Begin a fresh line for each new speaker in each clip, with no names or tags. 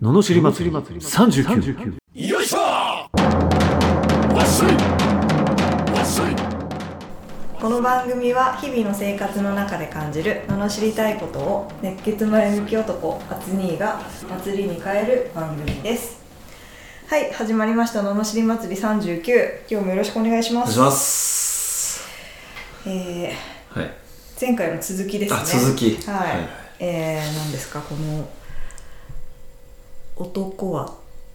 ののしり祭り39
よいしょわっしょいわっしょい
この番組は日々の生活の中で感じる罵りたいことを熱血前向き男アツニーが祭りに変える番組ですはい始まりました「罵り祭り39」今日もよろしくお願いし
お
ま
願い
す
します
えー
はい
前回の続きですね
あ続き
はい、
はい
えー、何ですかこの男は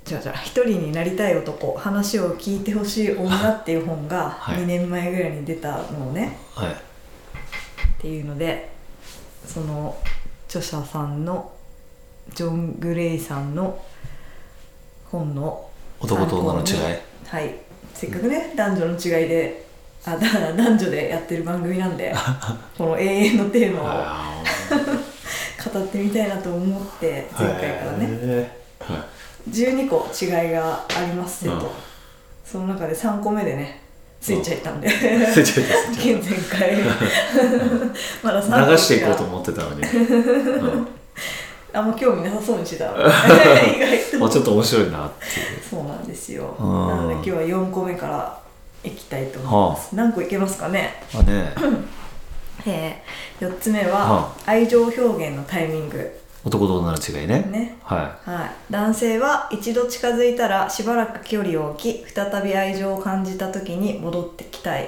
じゃじゃ一人になりたい男話を聞いてほしい女っていう本が
はい
2年前ぐらいに出たのをね、
はい
っていうのでその著者さんのジョン・グレイさんの本の
男と女の違い
はいせっかくね男女の違いであだ男女でやってる番組な んでこの永遠のテーマ
あ
を語ってみたいなと思って
ー
前回からね
へーはい
12個違いがありますよ
う
と、
ん
その中で3個目でねついちゃったんで
ついちゃったついちゃ
現前 回 まだ3個
流していこう と思ってたのに、うん
あんま興味なさそうにして た意外と
まあ、ちょっと面白いなっていう
そうなんですよ
うん
なので今日は4個目からいきたいと思います、何個いけますかね
まあね
え4つ目
は
は愛情表現のタイミング
男と女の違いね
ね
は
はい、男性は一度近づいたらしばらく距離を置き再び愛情を感じた時に戻ってきたい
い、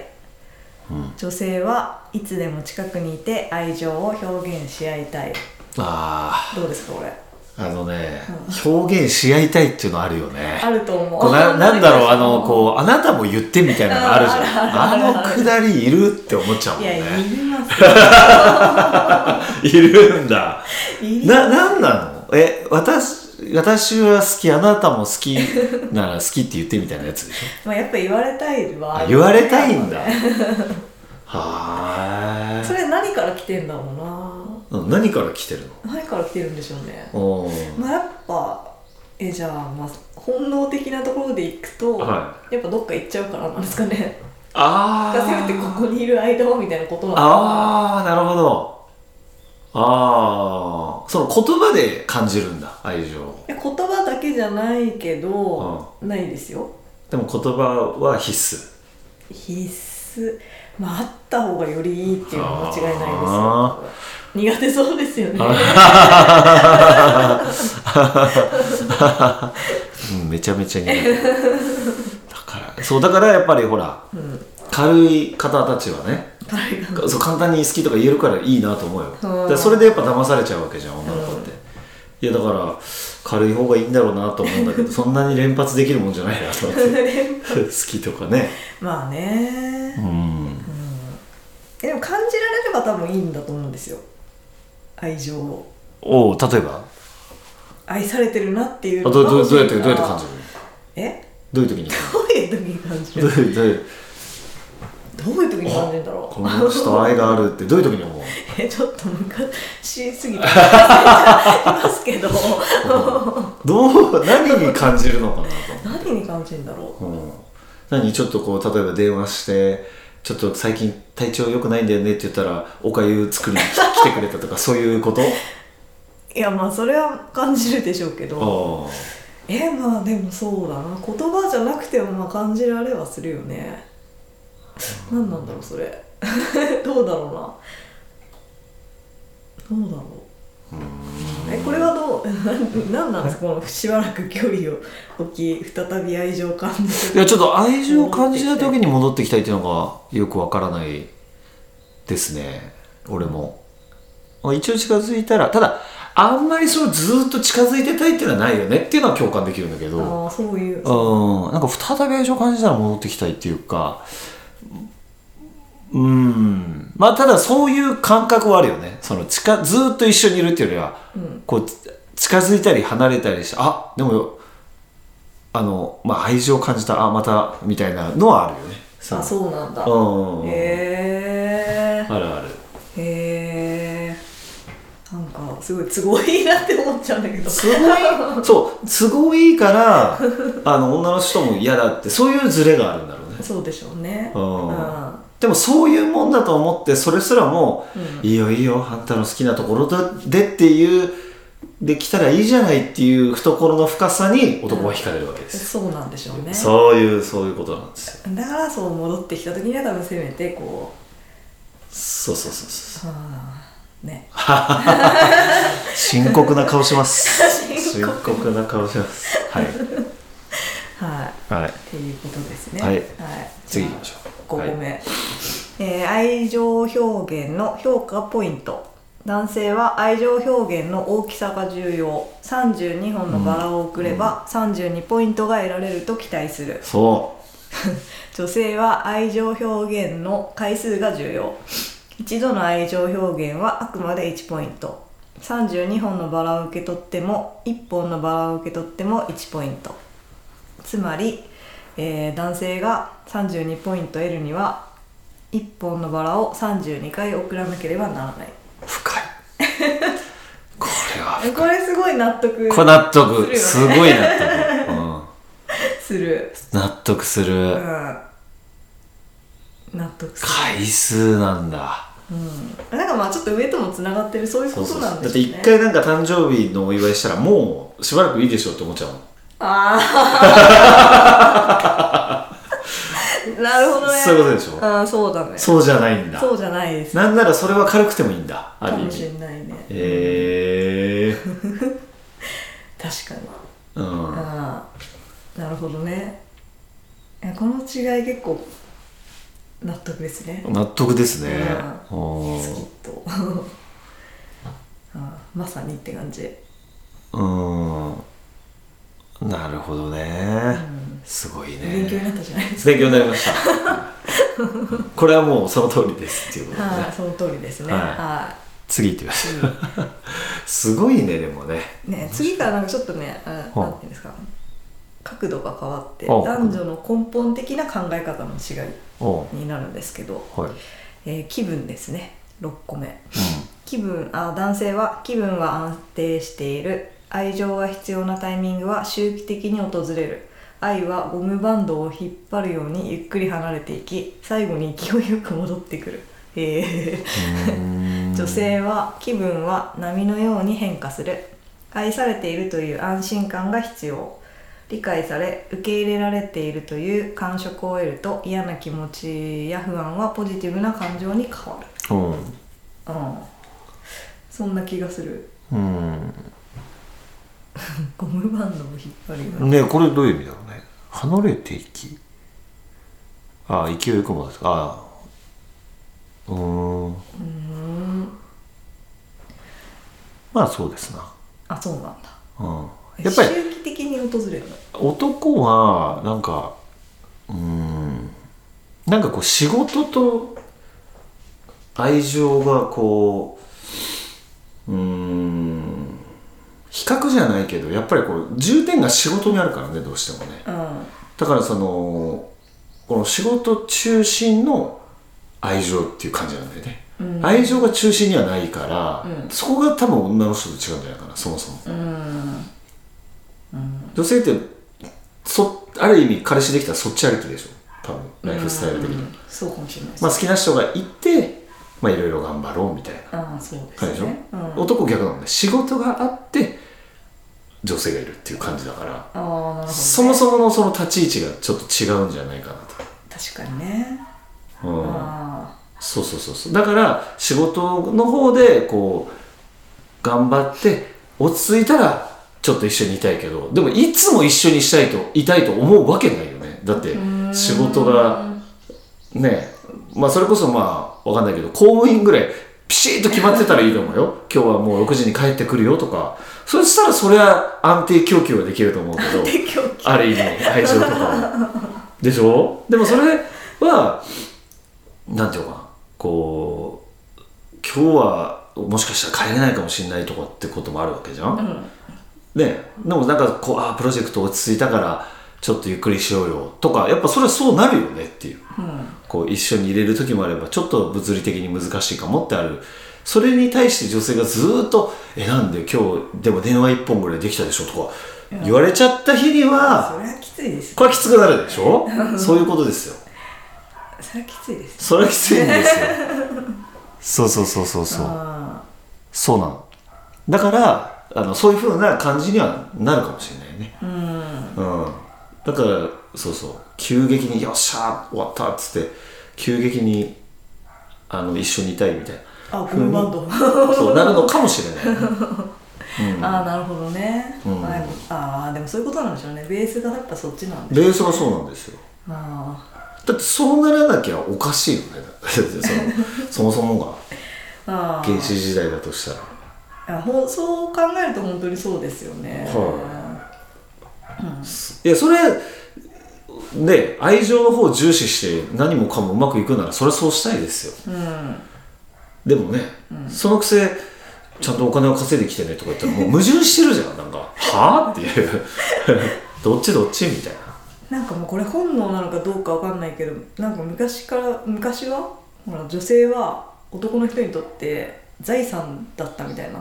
うん、
女性はいつでも近くにいて愛情を表現し合いたい
あ
どうですかこれ
ーあのね、表現し合いたいっていうのあるよね
あると思
こ
う
うななんだろうあのこうあなたも言ってみたいなのあるじゃ
ある
ん
あ
あの
る
くだりいるって思っちゃうもん
いやい
ね
ります
いるんだ
よいりま
な
す
なんなのえ私私は好きあなたも好きなら好きって言ってみたいなやつでしょ
まあやっぱ言われたいは
あ言われたいんだ は
それ何から来てんだろう
ーい何から来てる
な何から来てるんでしょうね
のおー
まあやっぱえじゃあまあ本能的なところでいくと、
は
やっぱどっか行っちゃうからなんですかね
あ
せ
あ
めてここにいる間はみたいなことなのか
ああなるほどああその言葉で感じるんだ愛情を
なえ言葉だけじゃないけど、ないですよ
でも言葉は必須
必須まああった方がよりいいっていうのは間違いない
あ
ですよ苦手そうですよね
うんめちゃめちゃ苦手だから そうだからやっぱりほら
うん
軽い方たちはね
誰が
そう簡単に好きとか言えるからいいなと思うよ
うん
だからそれでやっぱ騙されちゃうわけじゃん女の子って、いやだから軽い方がいいんだろうなと思うんだけど そんなに連発できるもんじゃないなと思って好きとかね
まあね
うん
えでも感じられれば多分いいんだと思うんですよ愛情を
おう例えば
愛されてるなっていう
あどどどうやってど
楽しみが
うやって感じる
え
どういう 時に
どういう時に感じ
どう
る
いうどういう
どういう時に感じるんだろ
こ
う
の人と愛があるってどういう時に思う
えちょっと昔すぎて忘れちゃいますけど
どう何に感じるのかなと
何に感じるんだろう
うん、何ちょっとこう例えば電話して「ちょっと最近体調良くないんだよね」って言ったらおかゆ作りに来来てくれたとかそう いうこと
いやまあそれは感じるでしょうけど
あ
えまあでもそうだな言葉じゃなくてもまあ感じられはするよね何なんだろうそれ どうだろうなどうだろうえこれはどう 何なんですかこのしばらく距離を置き再び愛情を感じ
あい
る
やちょっと愛情を感じた時に戻ってきたいっていうのがよくわからないですね俺もあ一応近づいたらただあんまりそのずーっと近づいてたいっていうのはないよねっていうのは共感できるんだけど
ああそういう
うん、なんか再び愛情を感じたら戻ってきたいっていうか、うん、まあただそういう感覚はあるよね。その近、ずーっと一緒にいるっていうよりは、
うん
こう、近づいたり離れたりして、あ、でも、あの、まあ愛情を感じた、あ、また、みたいなのはあるよね。そ
あそうなんだ
う。うん。
へえ
あるある。
へえなんかすごい都合いいなって思っちゃうんだけど
すごい、そう、都合いい から、あの、女の人も嫌だって、そういうズレがあるんだろうね。
そうでしょうね
うん
うん
でもそういうもんだと思ってそれすらも、
うん
いいよいいよあんたの好きなところだでっていうできたらいいじゃないっていう懐の深さに男は惹かれるわけですよ、
そうなんでしょうね
そういうそういうことなんですよ
だからそう戻ってきた時には多分せめてこ
そうそうそうそう
うはあね
深刻な顔します
深刻
深刻な顔しますはい
はい
はい
っていうことですね
はい
じゃ
次
あ
行きましょう
5個
はい
目、えー愛情表現の評価ポイント男性は愛情表現の大きさが重要32本のバラを送れば32ポイントが得られると期待する
そ
女性は愛情表現の回数が重要一度の愛情表現はあくまで1ポイント32本のバラを受け取っても1本のバラを受け取っても1ポイントつまり、えー男性が32ポイント得るには1本のバラを32回送らなければならないう
深いこれは
えこれすごい納得
これ納得
す
す
るよね
ごい納得、うん、
する、
納得する、
うん、納得す
回数なんだ
る、うん、なんかまあちょっと上ともつながってるそういうことなん
だ
で
っ
す
て
ね
一回なんか誕生日のお祝いしたらもうしばらくいいでしょうって思っちゃうもん
ああなるほどね
そういうことでしょ
あーそうだねそう
そうじゃないんだ
じゃないです
なんならそれは軽くてもいいんだあ
か
る意
もしれ
味
ないね
えー、
確かに
うん
ああなるほどねいやこの違い結構納得ですね
納得ですね
う
うん
好きと あーまさにって感じ
うんなるほどねすごい
勉強に
ね
なったじゃないです
勉強になりました これはもうその通りですっていうこと
か
でね
はい、その通りですね
はい
は
次行ってみましょうすごいねでもね
いね次からなんかちょっとねあ
はあ
なんていうんですか角度が変わって
ああ
男女の根本的な考え方の違い
おう
になるんですけど、
はい、うん、
えー気分ですね6個目気分あ男性は気分は安定している愛情が必要なタイミングは周期的に訪れる愛はゴムバンドを引っ張るようにゆっくり離れていき最後に勢いよく戻ってくる、えー女性は気分は波のように変化する愛されているという安心感が必要理解され受け入れられているという感触を得ると嫌な気持ちや不安はポジティブな感情に変わる
うん
うんそんな気がする
うん
ゴムバンドを引っ張るように
ねこれどういう意味だろうね離れていきああ勢いよくもですかああうーんまあそうですな
あそうなんだ
うんやっぱり
周期的に訪れるの
男はなんかうーんなんかこう仕事と愛情がこううーん比較じゃないけどやっぱりこう重点が仕事にあるからねどうしてもね
うん
だからそのこの仕事中心の愛情っていう感じなんだよね、
うん
愛情が中心にはないから、
うん
そこが多分女の人と違うんじゃないかなそもそも
うん
女性ってそある意味彼氏できたらそっち歩きでしょ多分ライフスタイル的に、
うんそうかもしれないです
まあ、好きな人がいてまあいろいろ頑張ろうみたいな
ああそうです
感
ね
じでしょ、
うん、
男逆なんで仕事があって女性がいるっていう感じだから、
ああなるほどね
そもそものその立ち位置がちょっと違うんじゃないかな
確かにね
と、うん、
あ
そうそうそうそうだから仕事の方でこう頑張って落ち着いたらちょっと一緒にいたいけどでもいつも一緒にしたいといたいと思うわけないよねだって
ー
仕事がねまあそれこそまあわかんないけど公務員ぐらいピシッと決まってたらいいと思うよ今日はもう6時に帰ってくるよとかそしたらそれは安定供給はできると思うけど
で今日
ある意味愛情とかはでしょでもそれはなんていうのかなこう今日はもしかしたら帰れないかもしれないとかってこともあるわけじゃん、
う
ね
ん
でもなんかこうあープロジェクト落ち着いたからちょっとゆっくりしようよとかやっぱそれはそうなるよねっていう
うん
こう一緒に入れる時もあればちょっと物理的に難しいかもってあるそれに対して女性がずーっと「えなんで今日でも電話1本ぐらいできたでしょ」とか言われちゃった日には
それはきついです
これはきつくなるでしょそういうことですよ
それはきついです
それはきついんですよそうそうそうそうそう
あ
そうなのだからあのそういうふうな感じにはなるかもしれないねうん、だからそうそう急激に「よっしゃー終わった」っつって急激にあの一緒にいたいみたい な
あ
ふうに
このバンド
そうなるのかもしれない、
ああなるほどね、
うん
はいああでもそういうことなんでしょうねベースがやっぱそっちなんで
ベースがそうなんですよ
あ
だってそうならなきゃおかしいよねだって そのそもそも
ーあ
が
ー
原始時代だとしたら
いやほんそう考えると本当にそうですよね
はいいやそれね愛情の方を重視して何もかもうまくいくならそれはそうしたいですよ
うん
でもね、そのくせちゃんとお金を稼いできてねとか言った らもう矛盾してるじゃんなんかはあっていう どっちどっちみたいな
なんかもうこれ本能なのかどうかわかんないけどなんか昔から昔はほら女性は男の人にとって財産だったみたいな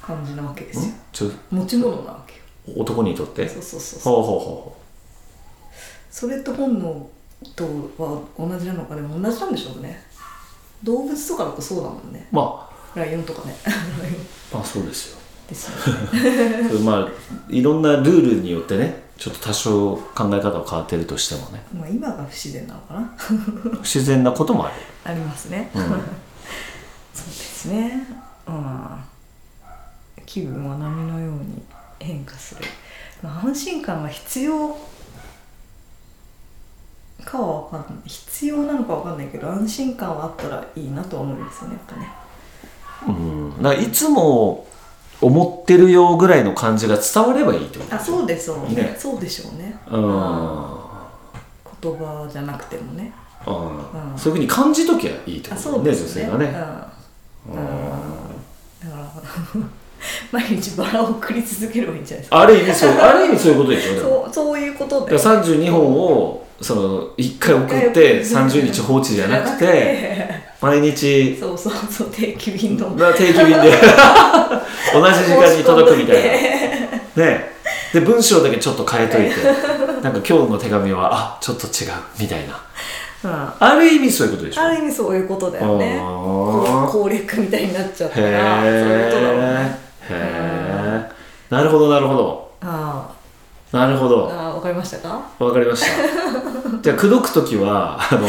感じなわけですよ
んちょ
持ち物なわけよ
男にとって
そうそうそうそう
ほうほうほ
それと本能とは同じなのかでも同じなんでしょうね動物とかだとそうだもんね
うまあ
ライオンとかね ライオン
まあそうですよ
ですよね
それまあいろんなルールによってねちょっと多少考え方が変わってるとして もね
まあ今が不自然なのかな
不自然なこともある
ありますね、
ん
そうですねうん気分は波のように変化する、まあ、安心感が必要かは分かんない必要なのか分かんないけど安心感はあったらいいなとは思いますよねやっぱね
うんだからいつも思ってるよぐらいの感じが伝わればいいってこと
あそうでしょうね
ね
そうでしょうね
うんうん
言葉じゃなくてもねうん
そういうふうに感じときゃいいってこ
あ
と
そう
ね
で
女
す
性
ね
がね、
うん、うんだから 毎日バラを送り続ければいいんじゃないですか
ある意味そうある意味そういうことでしょでも
そうそういうことで
だから32本をその1回送って
一回送る
30日放置じゃなくて 毎日
そうそうそう定期便の
な定期 便で同じ時間に届くみたい
い
なねで文章だけちょっと変えといてなんか今日の手紙はあちょっと違うみたいな
な、うん
ある意味そういうことでしょ
ある意味 そういうことだよね
あー
こう攻略みたいになっちゃったらそういうことだ
へ
もんね
え。へえ。なるほどなるほど。
あー
なるほど。
あーわかりましたか
わかりま した。じゃあ口説くときはあの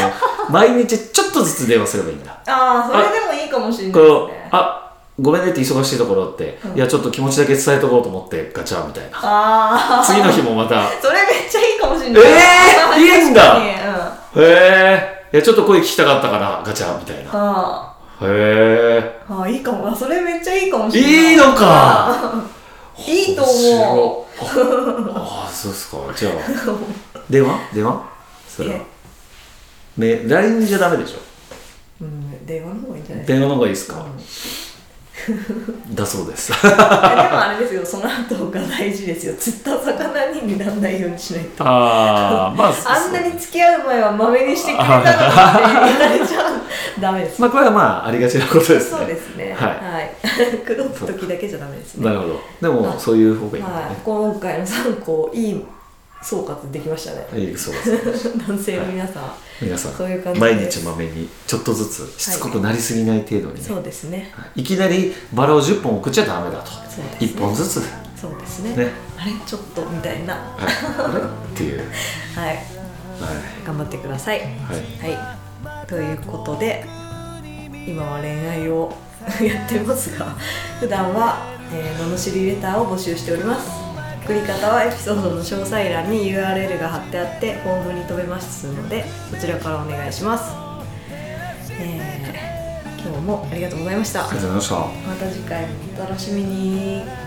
毎日ちょっとずつ電話すればいいんだ。
ああそれでもいいかもしれないです
こう
ね
あごめんねって忙しいところって、
うん
いやちょっと気持ちだけ伝えとこうと思ってガチャみたい な。
ああ
次の日もまた。
それめっちゃいいかもしれない
えーいいんだ
確かにうんあ
へえ。いやちょっと声聞きたかったからガチャみたいな。へ
あ
え。
ああいいかもあそれめっちゃいいかもしれない
いいのか。
いいと思う
面白い。ああそうですか。じゃあ電話電話。それは。ね、LINE じゃダメでしょ
うん電話の方がいいんじゃないです
電話の方がいいです
か
か
うん
だそうです
あでもあれですよその後が大事ですよ釣った魚ににならないようにしないと
ああまあ
あんなに付き合う前はまめにしてくれたのにって言われちゃうダメです、
まあこれはまあありがちなことですね
そうですね
はい
はい、口説く時だけじゃダメですね
なるほどでもそういう方がいいんだ
はい
ね、
今回の3個いい総括できましたね
いいそうです
男性の皆さん、
皆さん
そういう感じで
毎日まめにちょっとずつしつこくなりすぎない程度にね、
そうですね
い、きなりバラを10本送っちゃダメだと、
そうですね
1本ずつ
そうですね
ね
あれちょっとみたいなは
はいあれっていうはい
頑張ってください
はい
はい、ということで今は恋愛を やってますが普段は、えー、罵りレターを募集しております送り方はエピソードの詳細欄に URL が貼ってあってフォームに飛べますのでそちらからお願いします、えー今日もありがとうございました
ありがとうございました
また次回お楽しみに